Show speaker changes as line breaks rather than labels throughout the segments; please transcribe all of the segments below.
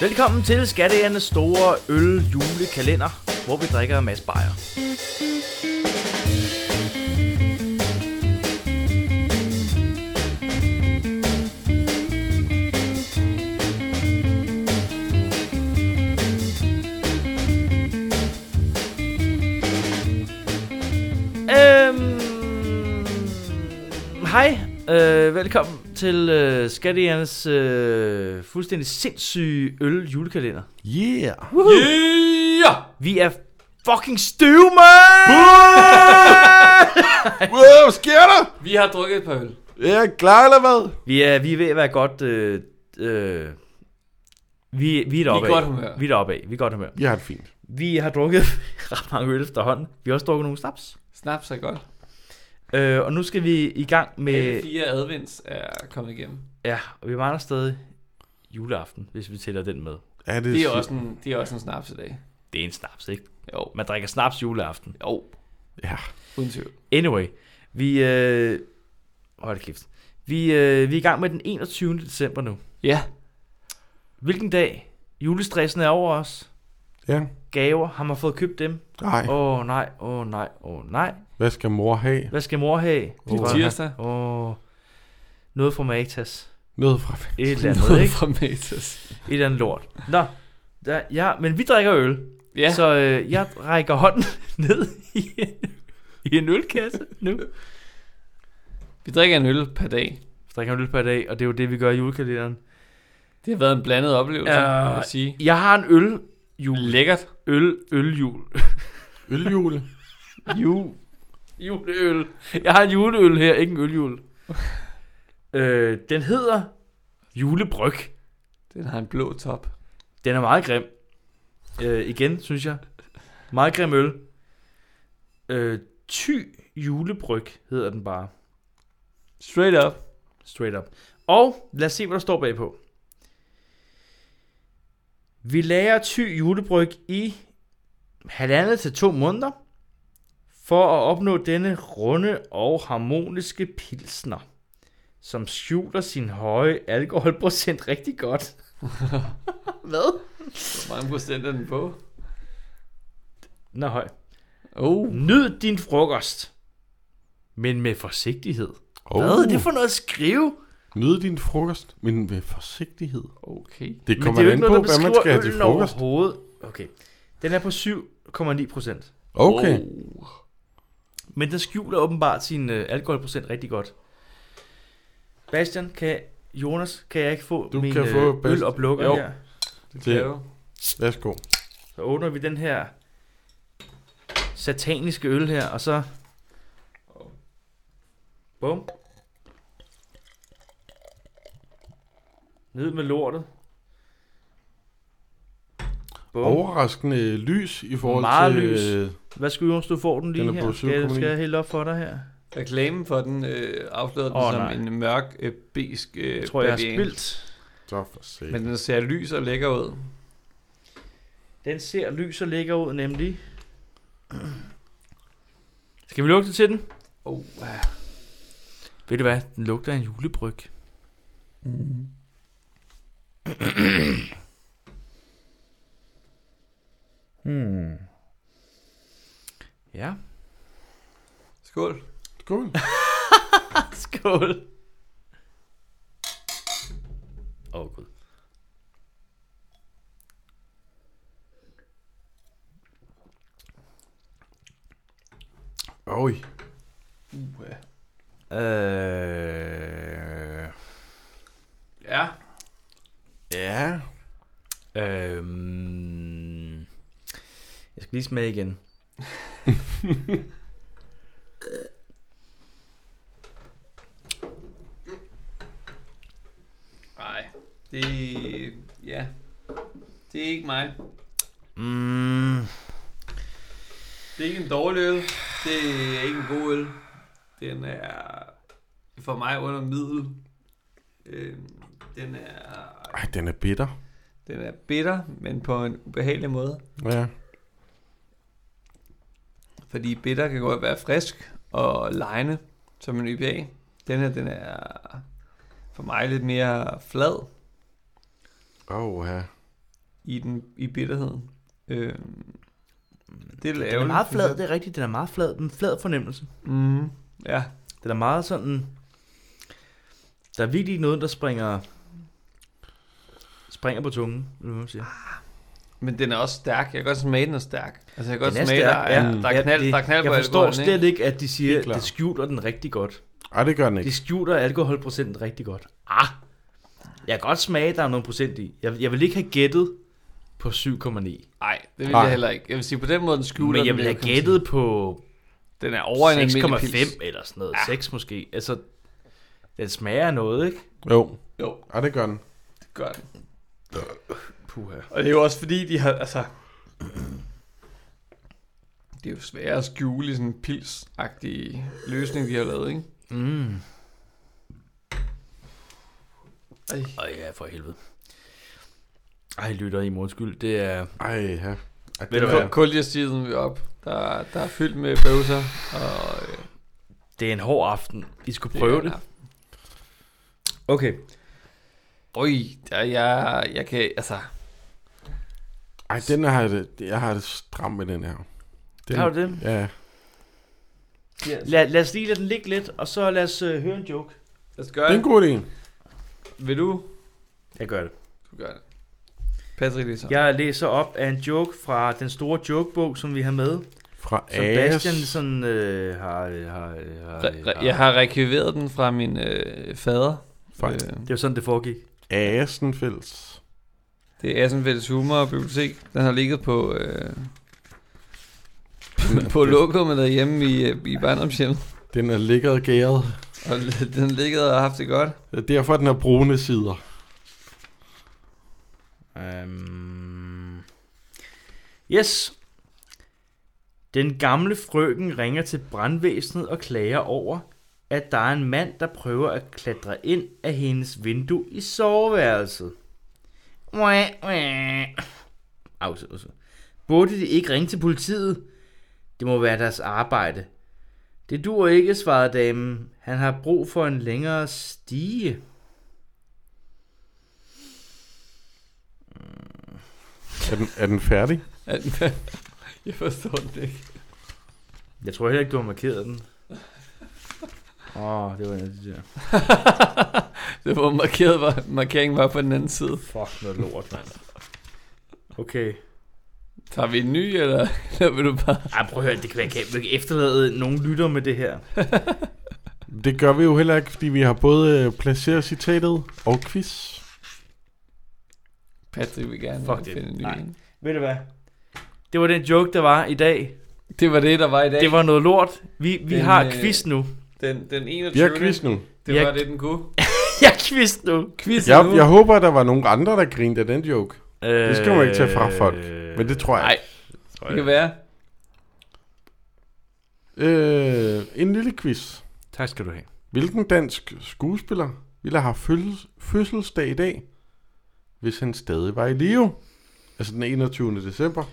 Velkommen til Skatteernes store øl julekalender, hvor vi drikker en masse bajer. Øhm, Hej, øh, velkommen til øh, Skatteernes øh, fuldstændig sindssyge øl julekalender.
Yeah!
Yeah!
Vi er fucking støve, mand!
Wow, hvad sker der?
Vi har drukket et par øl.
Er jeg klar eller hvad?
Vi er, vi er ved at være godt... Øh, øh, vi, vi er deroppe
godt humør.
Vi er deroppe af. Vi er godt humør.
Jeg har det fint.
Vi har drukket ret mange øl efterhånden. Vi har også drukket nogle snaps.
Snaps er godt.
Øh, og nu skal vi i gang med...
Alle fire advents er kommet igennem.
Ja, og vi mangler stadig juleaften, hvis vi tæller den med.
Ja,
Det er
sygt.
også en, det er også en snaps i dag.
Det er en snaps, ikke?
Jo,
Man drikker snaps juleaften.
jo,
Ja.
uden tvivl.
Anyway, vi... Øh... Hold da kæft. Vi, øh, vi er i gang med den 21. december nu.
Ja,
Hvilken dag? Julestressen er over os.
Ja.
Gaver, har man fået købt dem?
Nej.
Åh oh, nej, åh oh, nej, åh oh, nej.
Hvad skal mor have?
Hvad skal mor have?
det er tirsdag.
Åh, oh, noget fra Magtas.
Noget fra
Et eller andet, ikke?
fra Matas.
Et eller andet lort. Nå, der, ja, men vi drikker øl.
Ja, så.
Så øh, jeg rækker hånden ned i en, i en ølkasse nu.
vi drikker en øl per dag.
Vi drikker en øl per dag, og det er jo det, vi gør i julekalenderen.
Det har været en blandet oplevelse,
Ja.
uh, må jeg sige.
Jeg har en øl. Jul.
Lækkert.
Øl, øl, jul.
øljule.
Jul. Juleøl. Jeg har en juleøl her, ikke en øljul. øh, den hedder julebryg.
Den har en blå top.
Den er meget grim. Øh, igen, synes jeg. Meget grim øl. Øh, ty julebryg hedder den bare.
Straight up.
Straight up. Og lad os se, hvad der står bagpå. Vi lager ty julebryg i halvandet til to måneder, for at opnå denne runde og harmoniske pilsner, som skjuler sin høje alkoholprocent rigtig godt. hvad?
Hvor mange procent er den på?
Nå, høj.
Oh,
Nyd din frokost, men med forsigtighed.
Oh.
Hvad er det for noget at skrive?
Nyd din frokost, men med forsigtighed.
okay.
Det
Men
kommer
det er jo
an
ikke
på,
noget, der
hvad man skal
beskriver
have til
øllen
frokost.
overhovedet. Okay. Den er på 7,9 procent.
Okay.
Oh.
Men den skjuler åbenbart sin øh, alkoholprocent rigtig godt. Bastian, kan Jonas, kan jeg ikke få
Du
min
kan
øh,
få Bast-
øl og
Jo.
her?
Det,
Det er jo.
værsgo.
Så åbner vi den her sataniske øl her, og så... Bum. Ned med lortet. Bum.
Overraskende lys i forhold
Meget
til...
lys.
øh,
Hvad skal Jonas, du får den lige
Den er
her?
på
Skal jeg,
7,9.
skal jeg hælde op for dig her?
Reklamen for den øh, afslørede den
Åh,
oh, som
nej.
nej. en mørk, øh, besk øh,
Jeg tror, jeg har
bavian.
spildt.
Så for sig.
Men den ser lys og lækker ud.
Den ser lys og lækker ud, nemlig. Skal vi lugte til den?
Oh, ja.
Ved du hvad? Den lugter af en julebryg. Hmm. Ja.
Skål.
Skål.
Skål. Åh, oh, gud.
Oj.
Uh, ja.
Øh...
ja.
Ja.
Øhm... Jeg skal lige smage igen.
Nej. Det ja. Det er ikke mig.
Mm.
Det er ikke en dårlig øl. Det er ikke en god øl. Den er for mig under middel. Øh, den er
Ej, den er bitter.
den er bitter, men på en ubehagelig måde.
Ja.
Fordi bitter kan godt være frisk og lejende, som en IPA. Den her, den er for mig lidt mere flad.
Åh, oh, ja.
i, den, i bitterheden. Øh, det er lidt
Den er
ærgerligt,
meget
synes
flad,
jeg.
det er rigtigt. Den er meget flad, den er en flad fornemmelse.
Mm, ja,
Den er meget sådan... Der er virkelig ikke noget, der springer... Springer på tungen, vil man sige.
men den er også stærk. Jeg kan godt smage, den er stærk. Altså, jeg kan godt
Den er
smage,
stærk,
der er,
ja.
der er knald,
det-
der er knald på
Jeg forstår
alkoholen,
slet ikke, at de siger,
Helt
at
klart.
det skjuler den rigtig godt.
Ej, det gør den
De
ikke.
skjuler alkoholprocenten rigtig godt. Ah, jeg kan godt smage, at der er nogle procent i. Jeg, jeg vil ikke have gættet på 7,9.
Nej, det vil
Nej.
jeg heller ikke. Jeg vil sige, på den måde, den skjuler
Men jeg
den,
vil have
kan man sige.
gættet på
Den er over en almindelig pils.
6,5 eller sådan noget. 6 måske. Altså, den smager af noget, ikke?
Jo.
Jo.
Ej, det gør den.
Det gør den.
Puha.
Og det er jo også fordi, de har, altså... Det er jo svært at skjule i sådan en pils løsning, de har lavet, ikke?
Mm.
Ej.
Ej, ja, for helvede. Ej, lytter i undskyld. Det er...
Ej, ja. Ej,
Ved du
gør
hvad?
Ja.
jeg.
Koldioxiden vil op. Der, der er fyldt med bøvser. Og, øh,
Det er en hård aften. I skulle prøve det. Okay.
Øj, der, jeg, jeg kan, altså...
Ej, den har jeg det, jeg har det stramt med den her. Den,
Har du det?
Ja.
Yes.
Lad, lad os lige lade den ligge lidt, og så lad os øh, høre en joke.
Lad os
Det
gøre
er en
det.
god idé.
Vil du?
Jeg gør det.
Du gør det. Patrick lige så.
Jeg læser op af en joke fra den store jokebog, som vi har med.
Fra
Som
Aas.
Bastian sådan, øh, har, øh, har, øh, har,
Re-
øh,
re- jeg har rekvireret den fra min øh, fader.
Fra
Øh,
Det var sådan, det foregik.
Asenfels.
Det er Assenfælles Humor og Bibliotek. Den har ligget på... Øh, på lokummet derhjemme i, øh, i barndomshjemmet.
Den er lækkert gæret.
Og den har ligget og haft det godt.
Det er derfor, den har brune sider.
Um, yes. Den gamle frøken ringer til brandvæsenet og klager over, at der er en mand, der prøver at klatre ind af hendes vindue i soveværelset. Mwah, mwah. Au, så, så. Burde de ikke ringe til politiet? Det må være deres arbejde. Det dur ikke, svarede damen. Han har brug for en længere stige.
Er den, er den færdig?
jeg forstår det ikke.
Jeg tror heller ikke, du har markeret den. Åh, oh, det var en af de der.
det var markeret, var, markeringen var på den anden side.
Fuck noget lort, mand. Okay.
Tager vi en ny, eller, eller vil du bare...
Ej, prøv at høre, det kan være, jeg kan jeg kan ikke efterlade nogen lytter med det her.
Det gør vi jo heller ikke, fordi vi har både øh, placeret citatet og quiz.
Patrick vil gerne
Fuck det.
finde en ny.
Nej.
en.
Ved du hvad? Det var den joke, der var i dag.
Det var det, der var i dag.
Det var noget lort. Vi, vi
Den,
har
øh,
quiz nu.
den, den 21.
Vi har quiz nu.
Det
Jeg-
var det, den kunne.
Jeg har quiz nu.
Quiz
Jeg,
nu.
jeg håber, der var nogen andre, der grinede af den joke.
Øh,
Det skal man ikke tage fra folk, Men det tror jeg
Nej,
ikke.
det kan være.
Øh, en lille quiz.
Tak skal du have.
Hvilken dansk skuespiller ville have fødsels- fødselsdag i dag, hvis han stadig var i live? Altså den 21. december.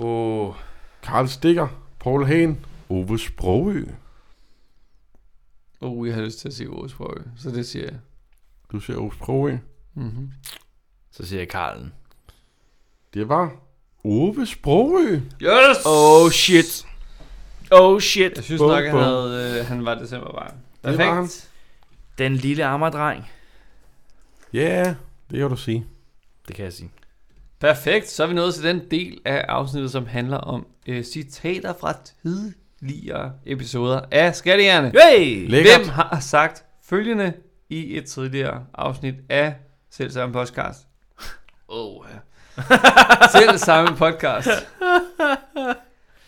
Åh, oh,
Karl Stikker, Paul Hagen, Ove Sprogø.
Uh, jeg har lyst til at sige Osborg, så det siger jeg.
Du ser Ove Sprogø.
Mm-hmm.
så siger jeg Karlen.
Det var Ove Sprogø.
Yes!
Oh shit. Oh shit.
Jeg synes
Bum,
nok, han,
bum.
havde, øh, han var decemberbarn. Perfekt.
var han.
Den lille ammerdreng.
Ja, yeah, det kan du sige.
Det kan jeg sige.
Perfekt, så er vi nået til den del af afsnittet, som handler om øh, citater fra tidligere episoder af Skattejerne.
Hey!
Lækkert.
Hvem har sagt følgende i et tidligere afsnit af Selv samme podcast? Oh, ja. Selv samme podcast.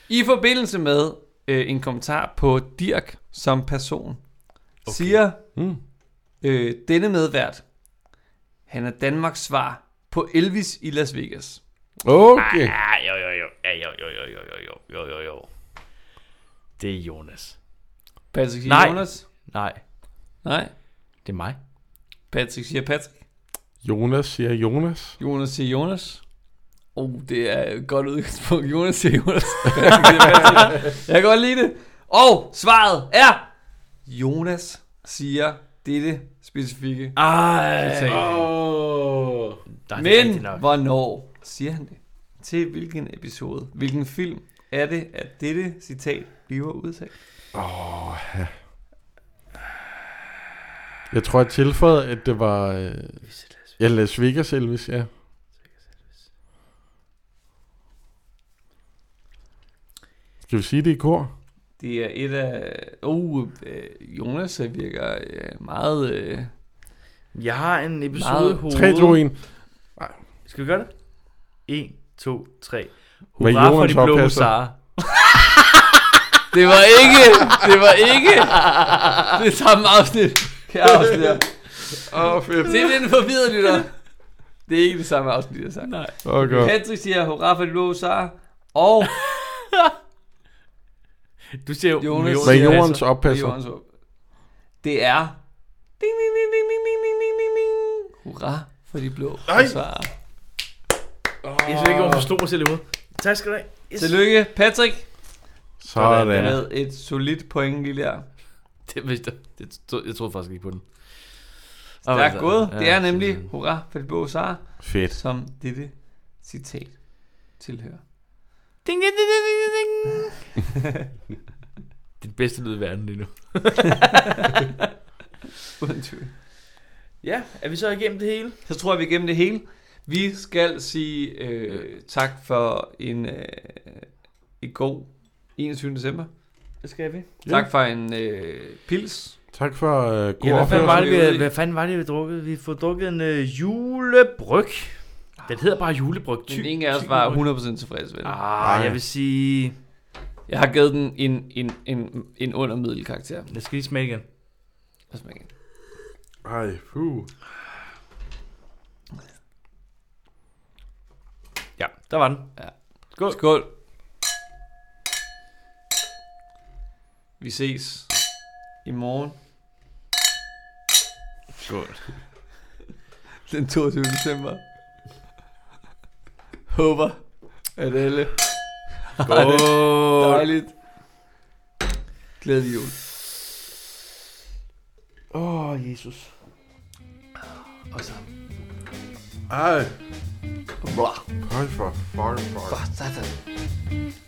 I forbindelse med øh, en kommentar på Dirk som person, okay. siger
Mm.
øh, denne medvært, han er Danmarks svar på Elvis i Las Vegas.
Okay.
Ah, jo, jo, jo. Ja, jo, jo, jo, jo, jo, jo, jo, jo, jo. Det er Jonas.
Patrick siger
Nej.
Jonas.
Nej,
Nej.
det er mig.
Patrick siger Patrick.
Jonas siger Jonas.
Jonas siger Jonas. Oh, det er et godt udgangspunkt. Jonas siger Jonas. Patrick siger Patrick. Jeg kan godt lide det. Og svaret er... Jonas siger dette specifikke.
Ej,
Citat.
oh. Nej, Ah, det er
Men
rigtigt nok.
hvornår siger han det? Til hvilken episode, hvilken film er det, at dette citat bliver udtalt?
Åh, ja. Jeg tror, jeg tilføjede, at det var... Øh, ja, Las Vegas Elvis, ja. Skal vi sige det i kor?
Det er et af... Uh, øh, Jonas øh, virker øh, meget... Øh,
Jeg har en episode i
Meget.
hovedet.
3, 2, 1.
Skal vi gøre det? 1, 2, 3.
Med
Hurra for
jordens
de blå
ophasser.
husarer.
det var ikke... Det var ikke... Det samme afsnit. Kan jeg afsløre.
Åh, oh, fedt.
Det er den forvirrede lytter. Det er ikke det samme afsnit, jeg sagde. Nej.
Åh, oh, godt.
Patrick siger, hurra for de blå husarer. Og
Du siger jo,
Jonas.
Med
siger
jordens
altså.
Det er
oppasser.
Jørgens Aarup. Det er... Ding, ding, ding, ding, ding, ding, ding, ding, ding, ding. Hurra for de blå forsvarer.
Jeg synes ikke, hvorfor slog mig selv i hovedet. Tak skal du have. Yes.
Tillykke, Patrick,
Sådan.
med et solidt point lige der.
Det vidste jeg. Det, tro- jeg troede faktisk ikke på den.
Der er gået. Det er nemlig
simpelthen.
hurra for de blå forsvarer,
Fedt.
som dette citat tilhører.
Ding, ding, ding, ding, ding, ding, ding. Det er den bedste lyd i verden lige nu.
Uden tvivl.
Ja, er vi så igennem det hele?
Så tror jeg, vi er igennem det hele. Vi skal sige øh, tak for en, øh, en god 21. december.
Det skal vi.
Ja.
Tak for en øh, pils.
Tak for øh, god
Ja, hvad, fanden
opførsel.
var det,
opførsel.
vi, hvad fanden var det, vi drukkede? Vi får drukket en øh, julebryg. Den hedder bare julebryg. Ty-
Men ingen af os
ty-
var 100% tilfredse med det.
Ah, jeg vil sige...
Jeg har givet den en, en, en, en under middel karakter.
Jeg skal lige smage igen.
Lad os smage den.
Ej, puh.
Ja, der var den.
Skål. Skål. Vi ses i morgen.
Skål.
Den 22. december. Håber, at alle har det dejligt. Glædelig jul.
Åh, oh, Jesus.
Og så...
Ej,
Blah.
høj for fucking fuck.
Blah.